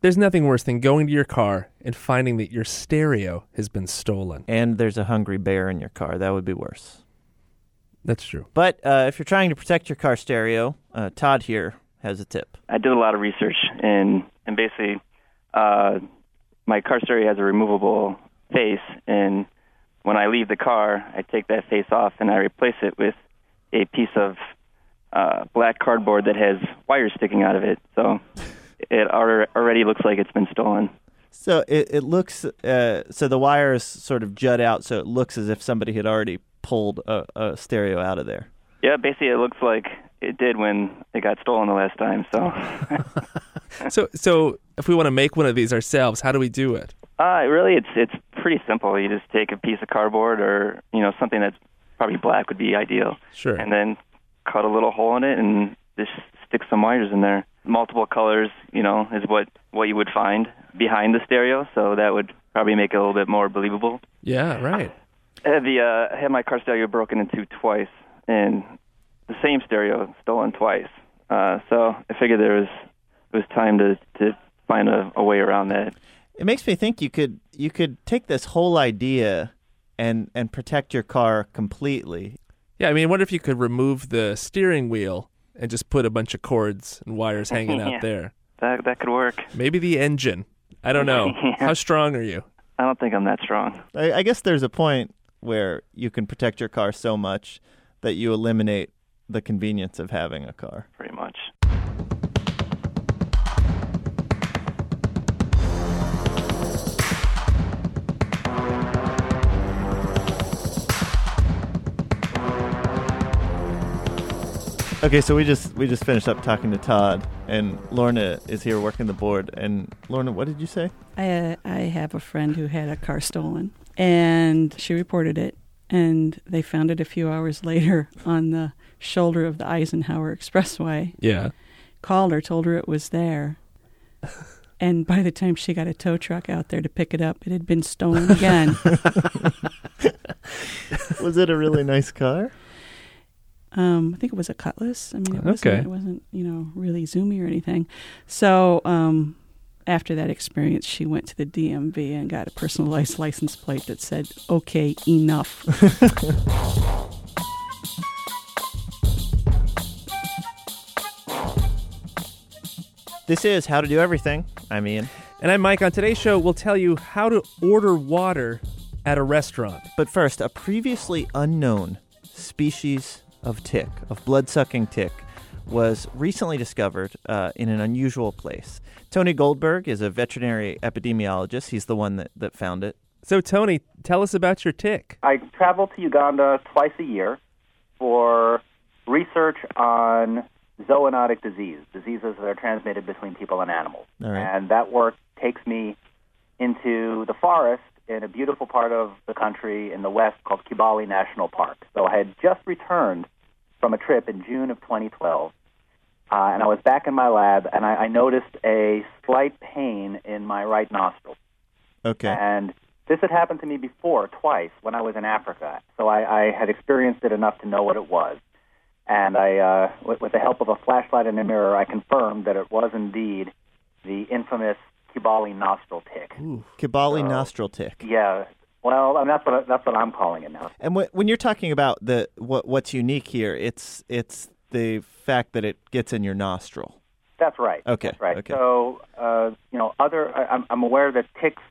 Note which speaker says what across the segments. Speaker 1: There's nothing worse than going to your car and finding that your stereo has been stolen.
Speaker 2: and there's a hungry bear in your car. That would be worse.
Speaker 1: That's true.
Speaker 2: But uh, if you're trying to protect your car stereo, uh, Todd here has a tip.
Speaker 3: I did a lot of research and and basically uh, my car stereo has a removable face and when I leave the car I take that face off and I replace it with a piece of uh, black cardboard that has wires sticking out of it so it alre- already looks like it's been stolen.
Speaker 2: So it, it looks, uh, so the wires sort of jut out, so it looks as if somebody had already pulled a, a stereo out of there.
Speaker 3: Yeah, basically it looks like it did when it got stolen the last time so
Speaker 1: So, so if we want to make one of these ourselves, how do we do it?
Speaker 3: Uh, really, it's it's pretty simple. You just take a piece of cardboard or you know something that's probably black would be ideal,
Speaker 1: Sure.
Speaker 3: and then cut a little hole in it and just stick some wires in there. Multiple colors, you know, is what what you would find behind the stereo, so that would probably make it a little bit more believable.
Speaker 1: yeah, right.
Speaker 3: I had the uh, I had my car stereo broken into twice, and the same stereo stolen twice. Uh, so I figured there was it was time to to find a, a way around that.
Speaker 2: It makes me think you could you could take this whole idea and and protect your car completely.
Speaker 1: Yeah, I mean, I wonder if you could remove the steering wheel and just put a bunch of cords and wires hanging out
Speaker 3: Yeah.
Speaker 1: there.
Speaker 3: That that could work.
Speaker 1: Maybe the engine. I don't know.
Speaker 3: Yeah.
Speaker 1: How strong are you?
Speaker 3: I don't think I'm that strong.
Speaker 2: I, I guess there's a point where you can protect your car so much that you eliminate the convenience of having a car.
Speaker 3: pretty much.
Speaker 2: Okay, so we just we just finished up talking to Todd and Lorna is here working the board and Lorna, what did you say?
Speaker 4: I uh, I have a friend who had a car stolen, and she reported it, and they found it a few hours later on the shoulder of the Eisenhower Expressway.
Speaker 1: Yeah.
Speaker 4: Called her, told her it was there, and by the time she got a tow truck out there to pick it up, it had been stolen again.
Speaker 2: Was it a really nice car?
Speaker 4: um, I think it was a Cutlass. I mean, it wasn't,
Speaker 1: Okay.
Speaker 4: it wasn't you know really zoomy or anything. So um, after that experience, she went to the DMV and got a personalized license plate that said "Okay, enough."
Speaker 2: This is How to Do Everything. I'm Ian.
Speaker 1: And I'm Mike. On today's show, we'll tell you how to order water at a restaurant.
Speaker 2: But first, a previously unknown species of tick, of blood sucking tick, was recently discovered uh, in an unusual place. Tony Goldberg is a veterinary epidemiologist. He's the one that, that found it.
Speaker 1: So, Tony, tell us about your tick.
Speaker 5: I travel to Uganda twice a year for research on zoonotic disease, diseases that are transmitted between people and animals.
Speaker 2: All right.
Speaker 5: And that work takes me into the forest in a beautiful part of the country in the west called Kibale National Park. So I had just returned from a trip in June of 2012. Uh, and I was back in my lab, and I, I noticed a slight pain in my right nostril.
Speaker 2: Okay.
Speaker 5: And this had happened to me before, twice, when I was in Africa. So I, I had experienced it enough to know what it was. And I, uh, with, with the help of a flashlight and a mirror, I confirmed that it was indeed the infamous Kibale nostril tick.
Speaker 2: Kibali nostril tick.
Speaker 5: Yeah. Well, I mean, that's what I- that's what I'm calling it now.
Speaker 2: And wh- when you're talking about the what what's unique here, it's it's the fact that it gets in your nostril.
Speaker 5: That's right.
Speaker 2: Okay,
Speaker 5: That's right.
Speaker 2: okay.
Speaker 5: So, uh, you know, other I, I'm, I'm aware that ticks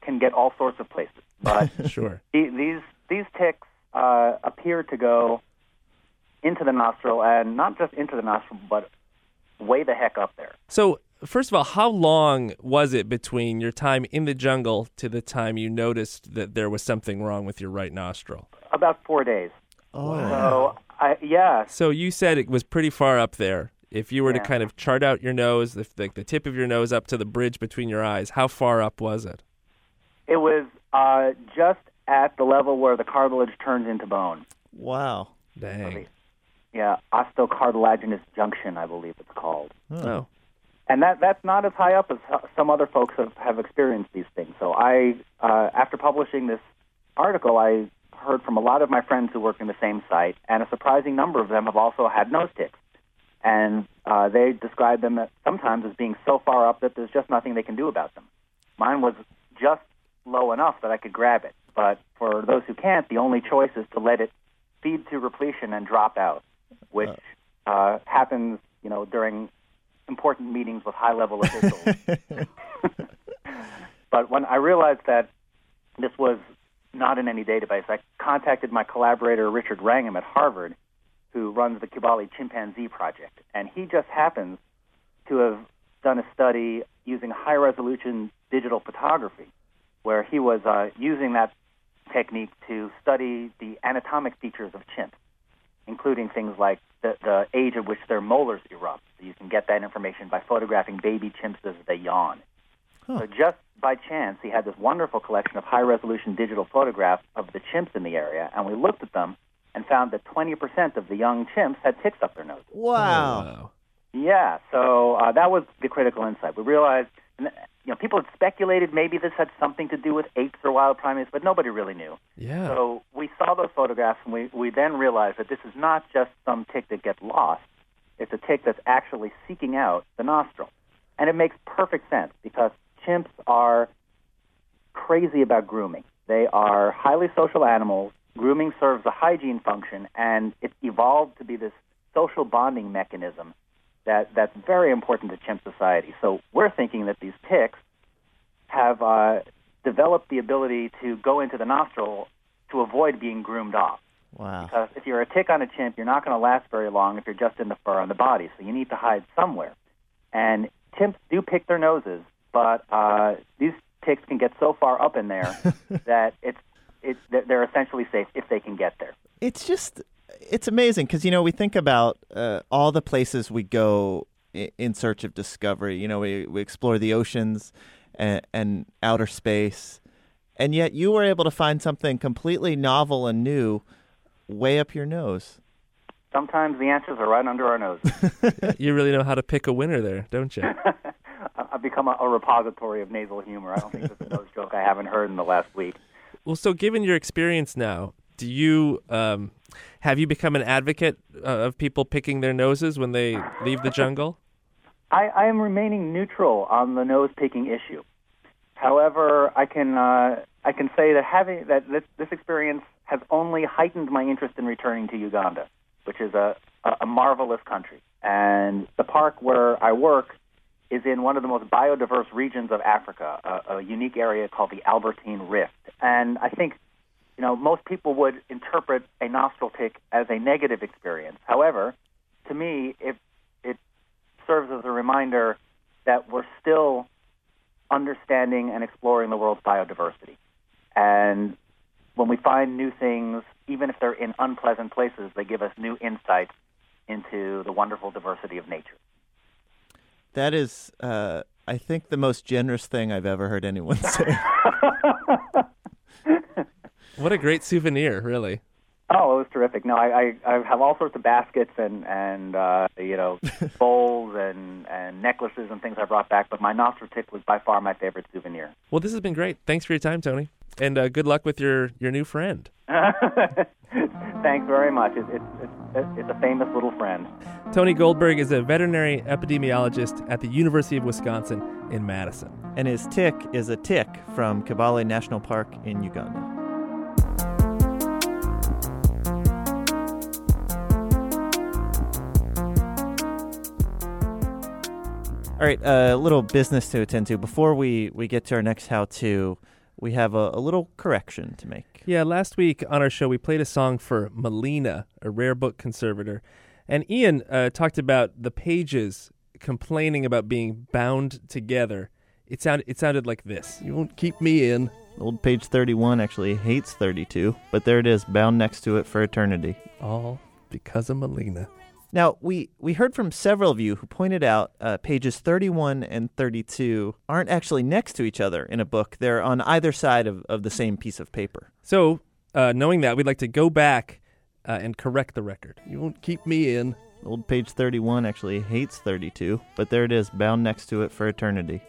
Speaker 5: can get all sorts of places, but
Speaker 1: Sure.
Speaker 5: The- these these ticks uh, appear to go into the nostril, and not just into the nostril, but way the heck up there.
Speaker 1: So, first of all, how long was it between your time in the jungle to the time you noticed that there was something wrong with your right nostril?
Speaker 5: About four days.
Speaker 2: Oh.
Speaker 5: So, I, yeah,
Speaker 1: So, you said it was pretty far up there. If you were to
Speaker 5: Yeah.
Speaker 1: kind of chart out your nose, if the, the tip of your nose up to the bridge between your eyes, how far up was it?
Speaker 5: it was uh, just at the level where the cartilage turns into bone.
Speaker 2: Wow.
Speaker 1: Dang.
Speaker 5: Yeah, osteocartilaginous junction, I believe it's called.
Speaker 2: Hmm.
Speaker 1: Oh.
Speaker 5: and that that's not as high up as ho- some other folks have, have experienced these things. So I, uh, after publishing this article, I heard from a lot of my friends who work in the same site, and a surprising number of them have also had nose ticks, and Uh, they describe them as, sometimes as being so far up that there's just nothing they can do about them. Mine was just low enough that I could grab it, but for those who can't, the only choice is to let it feed to repletion and drop out, which uh, happens, you know, during important meetings with high-level officials. but when I realized that this was not in any database, I contacted my collaborator Richard Wrangham at Harvard, who runs the Kubali Chimpanzee Project, and he just happens to have done a study using high-resolution digital photography, where he was uh, using that technique to study the anatomic features of chimps, including things like the, the age at which their molars erupt. So you can get that information by photographing baby chimps as they yawn. So just by chance, he had this wonderful collection of high-resolution digital photographs of the chimps in the area, and we looked at them and found that 20% of the young chimps had ticks up their noses.
Speaker 2: Wow.
Speaker 1: Oh, Wow.
Speaker 5: Yeah, so uh, that was the critical insight. We realized, and, you know, people had speculated maybe this had something to do with apes or wild primates, but nobody really knew.
Speaker 1: Yeah.
Speaker 5: So we saw those photographs, and we, we then realized that this is not just some tick that gets lost. It's a tick that's actually seeking out the nostril. And it makes perfect sense because chimps are crazy about grooming. They are highly social animals. Grooming serves a hygiene function, and it evolved to be this social bonding mechanism that, that's very important to chimp society. So we're thinking that these ticks have uh, developed the ability to go into the nostril to avoid being groomed off.
Speaker 2: Wow.
Speaker 5: Because if you're a tick on a chimp, you're not going to last very long if you're just in the fur on the body. So you need to hide somewhere. And chimps do pick their noses, but uh, these ticks can get so far up in there that it's it, that they're essentially safe if they can get there.
Speaker 2: It's just, it's amazing because, you know, we think about uh, all the places we go i- in search of discovery. You know, we, we explore the oceans and, and outer space. And yet you were able to find something completely novel and new way up your nose.
Speaker 5: Sometimes the answers are right under our noses.
Speaker 1: You really know how to pick a winner there, don't you?
Speaker 5: I- I've become a, a repository of nasal humor. I don't think there's a nose joke I haven't heard in the last week.
Speaker 1: Well, so given your experience now, do you um, have you become an advocate uh, of people picking their noses when they leave the jungle?
Speaker 5: I, I am remaining neutral on the nose picking issue. However, I can uh, I can say that having that this, this experience has only heightened my interest in returning to Uganda, which is a, a, a marvelous country. And the park where I work is in one of the most biodiverse regions of Africa, a, a unique area called the Albertine Rift. And I think you know, most people would interpret a nostril tick as a negative experience. However, to me, it it serves as a reminder that we're still understanding and exploring the world's biodiversity. And when we find new things, even if they're in unpleasant places, they give us new insights into the wonderful diversity of nature.
Speaker 2: That is, uh, I think, the most generous thing I've ever heard anyone say.
Speaker 1: What a great souvenir, really.
Speaker 5: Oh, it was terrific. No, I, I, I have all sorts of baskets and and uh, you know bowls and and necklaces and things I brought back. But my nostril tick was by far my favorite souvenir.
Speaker 1: Well, this has been great. Thanks for your time, Tony, and uh, good luck with your your new friend.
Speaker 5: Thanks very much. It, it, it, it's a famous little friend.
Speaker 1: Tony Goldberg is a veterinary epidemiologist at the University of Wisconsin in Madison.
Speaker 2: and his tick is a tick from Kibale National Park in Uganda. All right, a little business to attend to. Before we, we get to our next how to, we have a, a little correction to make.
Speaker 1: Yeah, last week on our show, we played a song for Melina, a rare book conservator. And Ian uh, talked about the pages complaining about being bound together. It, sound, it sounded like this.
Speaker 2: You won't keep me in. Old page 31 actually hates 32, but there it is, bound next to it for eternity.
Speaker 1: All because of Melina.
Speaker 2: Now, we, we heard from several of you who pointed out uh, pages 31 and 32 aren't actually next to each other in a book. They're on either side of, of the same piece of paper.
Speaker 1: So, uh, knowing that, we'd like to go back uh, and correct the record. You won't keep me in.
Speaker 2: Old page 31 actually hates 32, but there it is, bound next to it for eternity.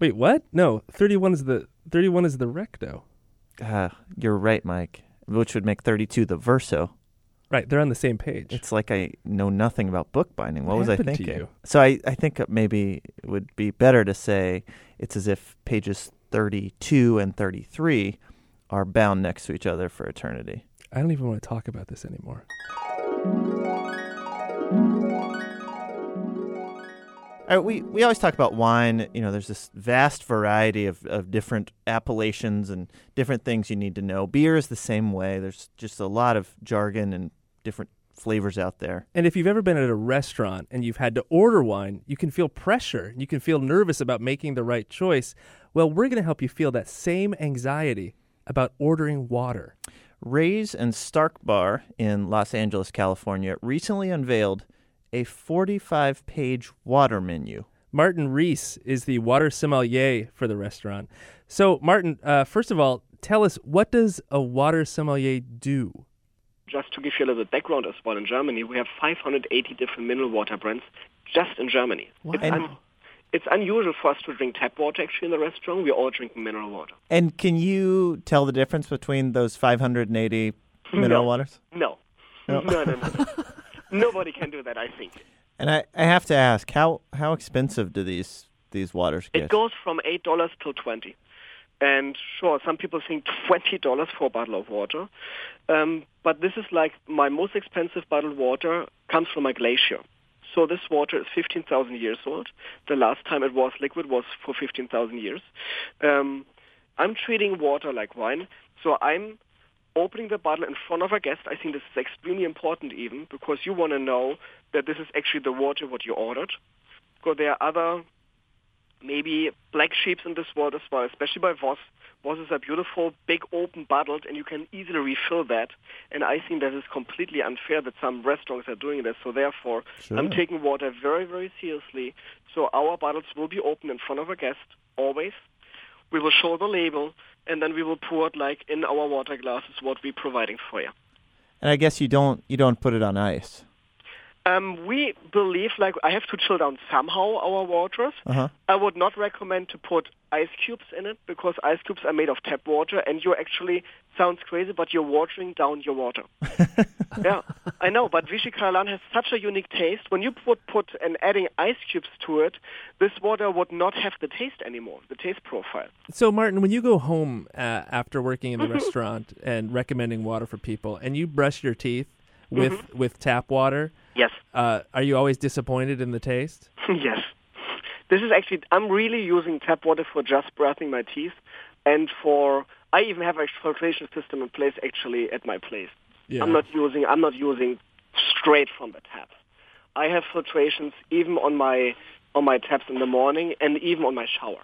Speaker 1: Wait, what? No, 31 is the 31 is the recto.
Speaker 2: Ah, you're right, Mike, which would make 32 the verso.
Speaker 1: Right, they're on the same page.
Speaker 2: It's like I know nothing about bookbinding. What, was I
Speaker 1: happened to
Speaker 2: thinking?
Speaker 1: you?
Speaker 2: So I, I think it maybe it would be better to say it's as if pages 32 and 33 are bound next to each other for eternity.
Speaker 1: I don't even want to talk about this anymore.
Speaker 2: All right, Uh, we, we always talk about wine. You know, there's this vast variety of, of different appellations and different things you need to know. Beer is the same way. There's just a lot of jargon and different flavors out there.
Speaker 1: And if you've ever been at a restaurant and you've had to order wine, you can feel pressure. You can feel nervous about making the right choice. Well, we're going to help you feel that same anxiety about ordering water.
Speaker 2: Ray's and Stark Bar in Los Angeles, California, recently unveiled a 45 page water menu.
Speaker 1: Martin Reese is the water sommelier for the restaurant. So, Martin, uh, first of all, tell us what does a water sommelier do?
Speaker 6: Just to give you a little background as well, in Germany, we have 580 different mineral water brands just in Germany. It's, un- it's unusual for us to drink tap water actually in the restaurant. We're all drinking mineral water.
Speaker 2: And can you tell the difference between those 580 mineral
Speaker 6: No.
Speaker 2: waters?
Speaker 6: No.
Speaker 2: No.
Speaker 6: no, no, no. Nobody can do that, I think.
Speaker 2: And I, I have to ask, how, how expensive do these, these waters
Speaker 6: It
Speaker 2: get?
Speaker 6: goes from eight dollars till twenty. And sure, some people think twenty dollars for a bottle of water, um, but this is like my most expensive bottle of water comes from a glacier. So this water is fifteen thousand years old. The last time it was liquid was for fifteen thousand years. Um, I'm treating water like wine, so I'm opening the bottle in front of a guest. I think this is extremely important, even because you want to know that this is actually the water what you ordered. Because there are other maybe black sheeps in this world as well, especially by Voss. Voss is a beautiful, big, open bottle, and you can easily refill that. And I think that is completely unfair that some restaurants are doing this. So therefore, I'm taking water very, very seriously. So our bottles will be open in front of a guest, always. We will show the label, and then we will pour it like in our water glasses what we're providing for you.
Speaker 2: and I guess you don't, you don't put it on ice.
Speaker 6: Um, we believe, like, I have to chill down somehow our waters.
Speaker 2: Uh-huh.
Speaker 6: I would not recommend to put ice cubes in it because ice cubes are made of tap water, and you actually sounds crazy, but you're watering down your water. yeah, I know, but Vichy Karalan has such a unique taste. When you would put and adding ice cubes to it, this water would not have the taste anymore, the taste profile.
Speaker 1: So, Martin, when you go home uh, after working
Speaker 6: Mm-hmm.
Speaker 1: in the restaurant and recommending water for people, and you brush your teeth
Speaker 6: Mm-hmm.
Speaker 1: with with tap water,
Speaker 6: Yes.
Speaker 1: uh, are you always disappointed in the taste?
Speaker 6: yes. This is actually, I'm really using tap water for just brushing my teeth and for, I even have a filtration system in place actually at my place.
Speaker 1: Yeah.
Speaker 6: I'm not using, I'm not using straight from the tap. I have filtrations even on my, on my taps in the morning and even on my shower.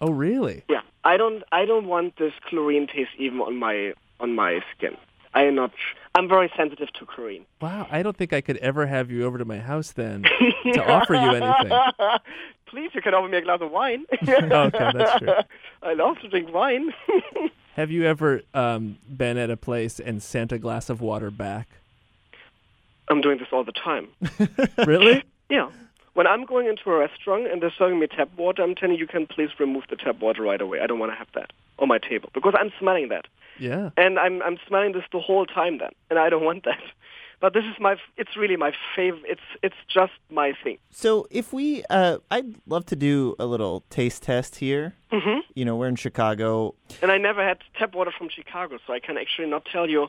Speaker 1: Oh, really?
Speaker 6: Yeah, I don't, I don't want this chlorine taste even on my, on my skin. I am not, I'm very sensitive to chlorine.
Speaker 1: Wow, I don't think I could ever have you over to my house then to offer you anything.
Speaker 6: Please, you can offer me a glass of wine.
Speaker 1: Okay, that's true.
Speaker 6: I love to drink wine.
Speaker 1: Have you ever um, been at a place and sent a glass of water back?
Speaker 6: I'm doing this all the time.
Speaker 1: Really?
Speaker 6: Yeah. When I'm going into a restaurant and they're serving me tap water, I'm telling you, you can please remove the tap water right away. I don't want to have that on my table because I'm smelling that.
Speaker 1: Yeah.
Speaker 6: And I'm, I'm smelling this the whole time then, and I don't want that. But this is my, it's really my favorite, it's, it's just my thing.
Speaker 2: So if we, uh, I'd love to do a little taste test here. Mm-hmm. You know, we're in Chicago.
Speaker 6: And I never had tap water from Chicago, so I can actually not tell you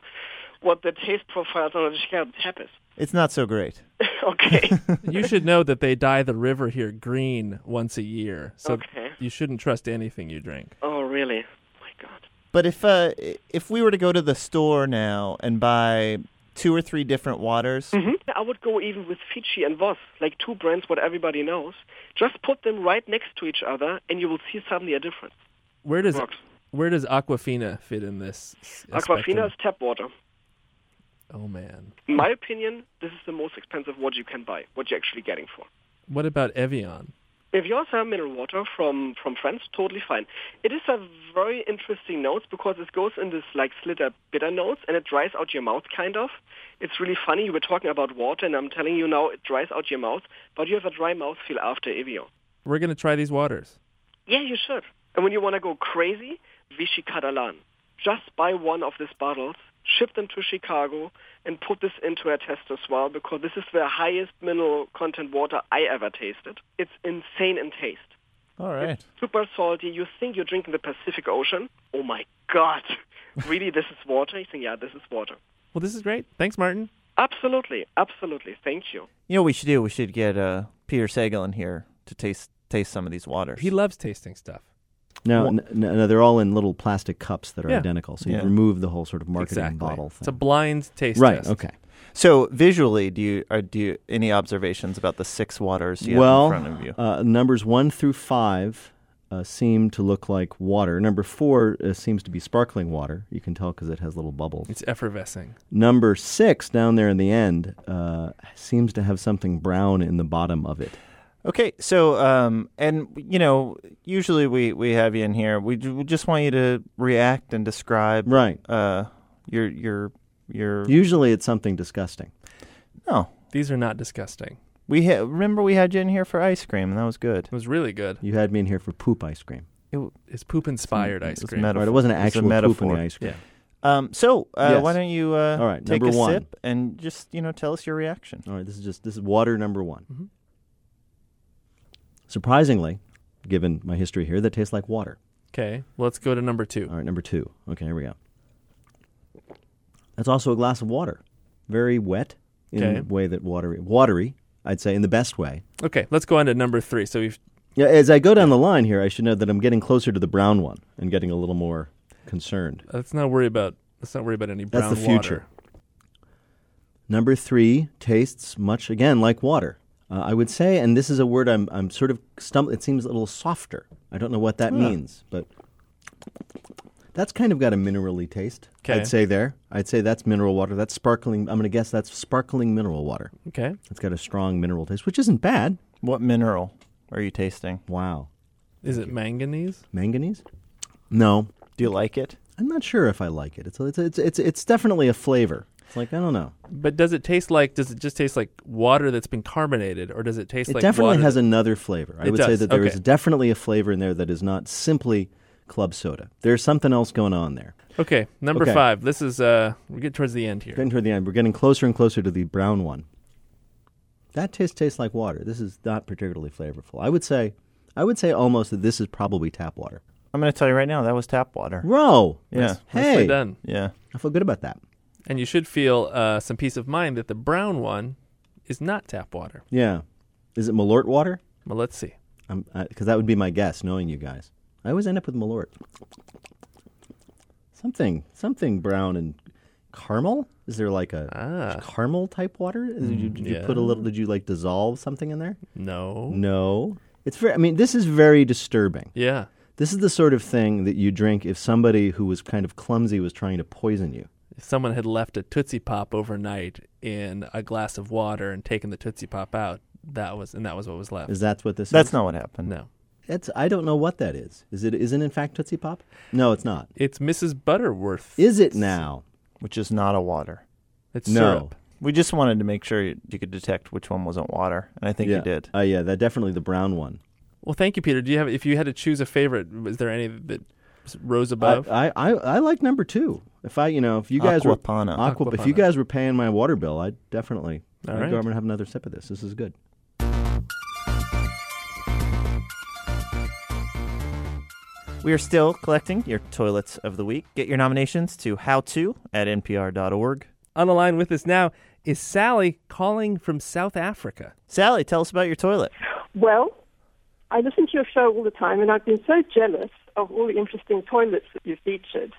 Speaker 6: what the taste profile on the Chicago tap is.
Speaker 2: It's not so great.
Speaker 6: okay.
Speaker 1: You should know that they dye the river here green once a year. So
Speaker 6: Okay.
Speaker 1: you shouldn't trust anything you drink.
Speaker 6: oh, really? My God.
Speaker 2: But if uh, if we were to go to the store now and buy two or three different waters,
Speaker 6: I would go even with Fiji and Voss, like two brands what everybody knows. Just put them right next to each other, and you will see suddenly a difference.
Speaker 1: Where does
Speaker 6: Rocks.
Speaker 1: where does Aquafina fit in this? s-
Speaker 6: Aquafina
Speaker 1: spectrum?
Speaker 6: is tap water.
Speaker 1: Oh man.
Speaker 6: In my opinion, this is the most expensive water you can buy, what you're actually getting for.
Speaker 1: What about Evian?
Speaker 6: If you also have mineral water from, from France, totally fine. It is a very interesting note because it goes in this like slitter bitter notes and it dries out your mouth kind of. It's really funny. You were talking about water and I'm telling you now it dries out your mouth, but you have a dry mouth feel after Evian.
Speaker 1: We're gonna try these waters.
Speaker 6: Yeah, you should. And when you want to go crazy, Vichy Catalan. Just buy one of these bottles ship them to Chicago, and put this into a test as well because this is the highest mineral content water I ever tasted. It's insane in taste.
Speaker 7: All right.
Speaker 6: Super salty. You think you're drinking the Pacific Ocean. Oh my God. really, this is water? You think, yeah, this is water.
Speaker 1: Well, this is great. Thanks, Martin.
Speaker 6: Absolutely. Absolutely. Thank you.
Speaker 2: You know what we should do? We should get uh, Peter Sagal in here to taste taste some of these waters.
Speaker 1: He loves tasting stuff.
Speaker 8: No, n- n- no, they're all in little plastic cups that are
Speaker 1: Yeah.
Speaker 8: identical. So
Speaker 2: Yeah.
Speaker 8: you remove the whole sort of marketing
Speaker 1: exactly.
Speaker 8: bottle thing.
Speaker 1: It's a blind taste
Speaker 8: right.
Speaker 1: test.
Speaker 8: Okay.
Speaker 2: so visually, do you are do you, any observations about the six waters you
Speaker 8: well,
Speaker 2: have in front of you?
Speaker 8: Uh, numbers one through five uh, seem to look like water. Number four uh, seems to be sparkling water. You can tell because it has little bubbles.
Speaker 1: It's effervescing.
Speaker 8: Number six down there in the end uh, seems to have something brown in the bottom of it.
Speaker 2: Okay, so um, and you know, usually we we have you in here. We, ju- we just want you to react and describe
Speaker 8: Right.
Speaker 2: uh your your your.
Speaker 8: Usually it's something disgusting.
Speaker 2: no,
Speaker 1: These are not disgusting.
Speaker 2: we ha- remember we had you in here for ice cream, and that was good.
Speaker 1: It was really good.
Speaker 8: You had me in here for poop ice cream.
Speaker 1: It's poop inspired ice
Speaker 2: It's
Speaker 1: cream.
Speaker 2: metaphor.
Speaker 8: Right, Mm, it wasn't
Speaker 2: It's
Speaker 8: an
Speaker 2: a
Speaker 8: actual poop in
Speaker 2: metaphor.
Speaker 8: the ice cream.
Speaker 2: Um, so uh,
Speaker 8: Yes.
Speaker 2: why don't you uh,
Speaker 8: All right,
Speaker 2: take
Speaker 8: number
Speaker 2: a
Speaker 8: one.
Speaker 2: sip and just you know tell us your reaction.
Speaker 8: All right, this is just this is water number one.
Speaker 2: Mm-hmm.
Speaker 1: Mhm.
Speaker 8: Surprisingly, given my history here, that tastes like water.
Speaker 1: Okay, let's go to number two.
Speaker 8: All right, number two. Okay, here we go. That's also a glass of water. Very wet in
Speaker 1: Okay.
Speaker 8: the way that watery, watery, I'd say, in the best way.
Speaker 1: Okay, let's go on to number three. So we've
Speaker 8: Yeah, as I go down the line here, I should know that I'm getting closer to the brown one and getting a little more concerned.
Speaker 1: let's not worry about let's not worry about any brown
Speaker 8: That's the future.
Speaker 1: water.
Speaker 8: Number three tastes much again like water. Uh, I would say, and this is a word I'm, I'm sort of stumped. It seems a little softer. I don't know what that means, but that's kind of got a minerally taste.
Speaker 1: 'Kay.
Speaker 8: I'd say there. I'd say that's mineral water. That's sparkling. I'm going to guess that's sparkling mineral water.
Speaker 1: Okay,
Speaker 8: It's got a strong mineral taste, which isn't bad.
Speaker 2: What mineral are you tasting?
Speaker 8: Wow,
Speaker 1: is it manganese?
Speaker 8: manganese? No,
Speaker 2: Do you like it?
Speaker 8: I'm not sure if I like it. It's it's it's it's, it's definitely a flavor. It's like I don't know.
Speaker 1: But does it taste like? Does it just taste like water that's been carbonated, or does it taste
Speaker 8: it
Speaker 1: like?
Speaker 8: definitely
Speaker 1: water
Speaker 8: has
Speaker 1: that-
Speaker 8: another flavor. I
Speaker 1: It
Speaker 8: would say
Speaker 1: does,
Speaker 8: that there is
Speaker 1: okay.
Speaker 8: definitely a flavor in there that is not simply club soda. There's something else going on there.
Speaker 1: Okay, number
Speaker 8: Okay.
Speaker 1: five. This is uh, we get towards the end here.
Speaker 8: Getting toward the end, we're getting closer and closer to the brown one. That taste tastes like water. This is not particularly flavorful. I would say, I would say almost that this is probably tap water.
Speaker 2: I'm going to tell you right now. That was tap water.
Speaker 8: Bro,
Speaker 2: Yeah.
Speaker 1: Nicely
Speaker 8: hey,
Speaker 1: done.
Speaker 2: Yeah.
Speaker 8: I feel good about that.
Speaker 1: And you should feel uh, some peace of mind that the brown one is not tap water.
Speaker 8: Yeah, is it Malort water?
Speaker 1: Well, let's see.
Speaker 8: Because that would be my guess, knowing you guys. I always end up with Malort. Something, something brown and caramel. Is there like a
Speaker 1: Ah.
Speaker 8: caramel type water? Did you,
Speaker 2: Mm,
Speaker 8: did you put a
Speaker 1: yeah.
Speaker 8: little? Did you like dissolve something in there?
Speaker 1: No.
Speaker 8: No. It's very. I mean, this is very disturbing.
Speaker 1: Yeah.
Speaker 8: This is the sort of thing that you drink if somebody who was kind of clumsy was trying to poison you.
Speaker 1: If someone had left a Tootsie Pop overnight in a glass of water and taken the Tootsie Pop out, that was and that was what was left.
Speaker 8: Is that what this
Speaker 2: That's
Speaker 8: is?
Speaker 2: not what happened.
Speaker 1: no.
Speaker 8: That's I don't know what that is. Is it? Isn't in fact Tootsie Pop? No, it's not.
Speaker 1: It's Mrs. Butterworth.
Speaker 8: Is it now?
Speaker 2: Which is not a water.
Speaker 1: it's
Speaker 8: no.
Speaker 1: syrup.
Speaker 2: We just wanted to make sure you, you could detect which one wasn't water, and I think
Speaker 8: yeah.
Speaker 2: you did.
Speaker 8: Uh, yeah, that definitely the brown one.
Speaker 1: Well, thank you, Peter. Do you have if you had to choose a favorite, was there any that s- rose above?
Speaker 8: I, I, I, I like number two. If I, you know, if you guys were
Speaker 2: Aquapana.
Speaker 8: Aqua- if you
Speaker 1: Aquapana.
Speaker 8: guys were paying my water bill, I'd definitely
Speaker 1: All
Speaker 8: I'd
Speaker 1: right.
Speaker 8: go over and have another sip of this. This is good.
Speaker 2: We are still collecting your toilets of the week. Get your nominations to howto at npr.org.
Speaker 1: On the line with us now is Sally calling from South Africa.
Speaker 2: Sally, tell us about your toilet.
Speaker 9: Well, I listen to your show all the time, and I've been so jealous of all the interesting toilets that you've featured.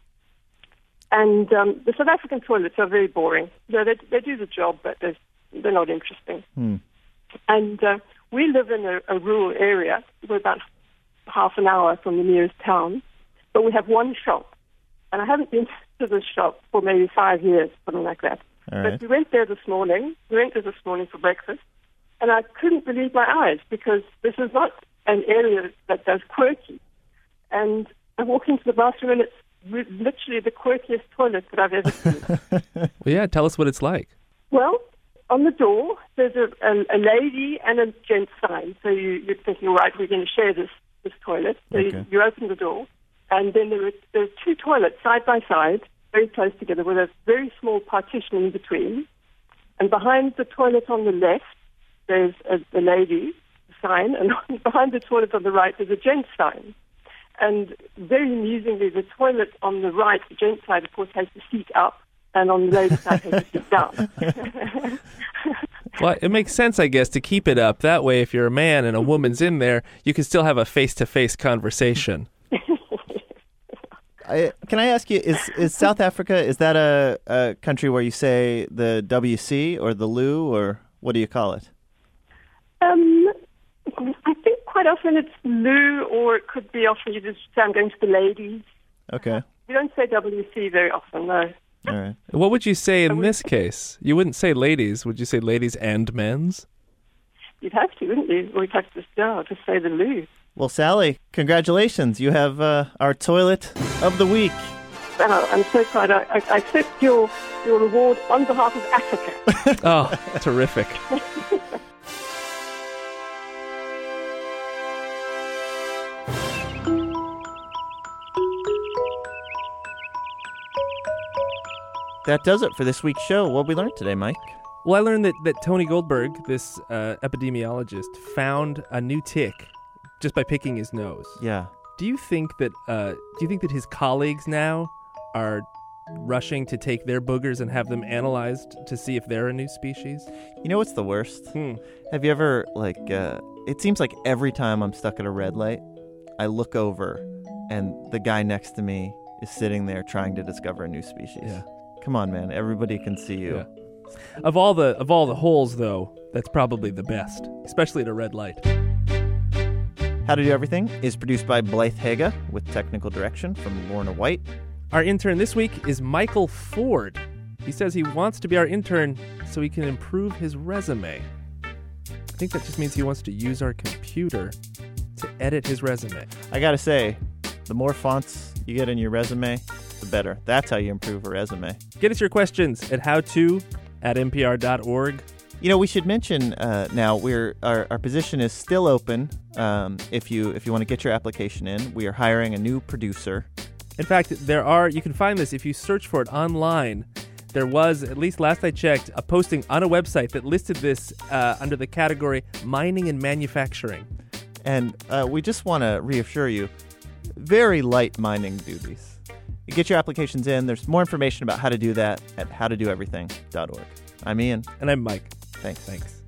Speaker 9: And um, the South African toilets are very boring. You know, they, they do the job, but they're, they're not interesting. And uh, we live in a, a rural area. We're about half an hour from the nearest town, but we have one shop. And I haven't been to this shop for maybe five years, something like that.
Speaker 2: All
Speaker 9: But
Speaker 2: right.
Speaker 9: we went there this morning. We went there this morning for breakfast, and I couldn't believe my eyes because this is not an area that does quirky. And I walk into the bathroom, and it's re- literally the quirkiest toilet that I've ever seen.
Speaker 1: Well, yeah, tell us what it's like.
Speaker 9: well, on the door, there's a, a, a lady and a gent sign. So you, you're thinking, right, we're going to share this, this toilet. So you, you open the door, and then there are, there are two toilets side by side,
Speaker 6: very close together with a very small partition in between. And behind the toilet on the left, there's a, a lady sign, and behind the toilet on the right, there's a gent sign. And very amusingly, the toilet on the right, the gent side, of course, has the seat up, and on the lady side, has the seat down.
Speaker 1: Well, it makes sense, I guess, to keep it up. That way, if you're a man and a woman's in there, you can still have a face to face conversation.
Speaker 2: I, can I ask you? Is is South Africa? Is that a, a country where you say the WC or the loo or what do you call it?
Speaker 6: Um, I think quite often it's loo, or it could be often you just say, I'm going to the ladies.
Speaker 2: Okay,
Speaker 6: We don't say WC very often, no.
Speaker 2: all right.
Speaker 1: What would you say in this case? You wouldn't say ladies. Would you say ladies and men's?
Speaker 6: You'd have to, wouldn't you? Or you'd have to, yeah, just say the loo.
Speaker 2: Well, Sally, congratulations! You have uh, our toilet of the week.
Speaker 6: Wow, I'm so proud. I, I I accept your, your reward on behalf of Africa.
Speaker 1: Oh, terrific.
Speaker 2: That does it for this week's show. What we learned today, Mike.
Speaker 1: Well, I learned that, that Tony Goldberg, this uh, epidemiologist, found a new tick just by picking his nose.
Speaker 2: Yeah.
Speaker 1: Do you think that uh, do you think that his colleagues now are rushing to take their boogers and have them analyzed to see if they're a new species?
Speaker 2: You know what's the worst?
Speaker 1: Hmm.
Speaker 2: Have you ever like? Uh, it seems like every time I'm stuck at a red light, I look over, and the guy next to me is sitting there trying to discover a new species.
Speaker 1: Yeah.
Speaker 2: Come on, man! Everybody can see you.
Speaker 1: Yeah. Of all the of all the holes though, that's probably the best, especially at a red light.
Speaker 2: How to Do Everything is produced by Blythe Haga with technical direction from Lorna White.
Speaker 1: Our intern this week is Michael Ford. He says he wants to be our intern so he can improve his resume. I think that just means he wants to use our computer to edit his resume.
Speaker 2: I gotta say, the more fonts you get in your resume, the better. That's how you improve a resume.
Speaker 1: Get us your questions at howto at npr.org.
Speaker 2: You know, we should mention uh, now we're our, our position is still open. Um, if you if you want to get your application in, we are hiring a new producer.
Speaker 1: In fact, there are, you can find this if you search for it online. There was, at least last I checked, a posting on a website that listed this uh, under the category mining and manufacturing.
Speaker 2: And uh, we just want to reassure you very light mining duties. Get your applications in. There's more information about how to do that at howtodoeverything.org. I'm Ian.
Speaker 1: And I'm Mike.
Speaker 2: Thanks.
Speaker 1: Thanks.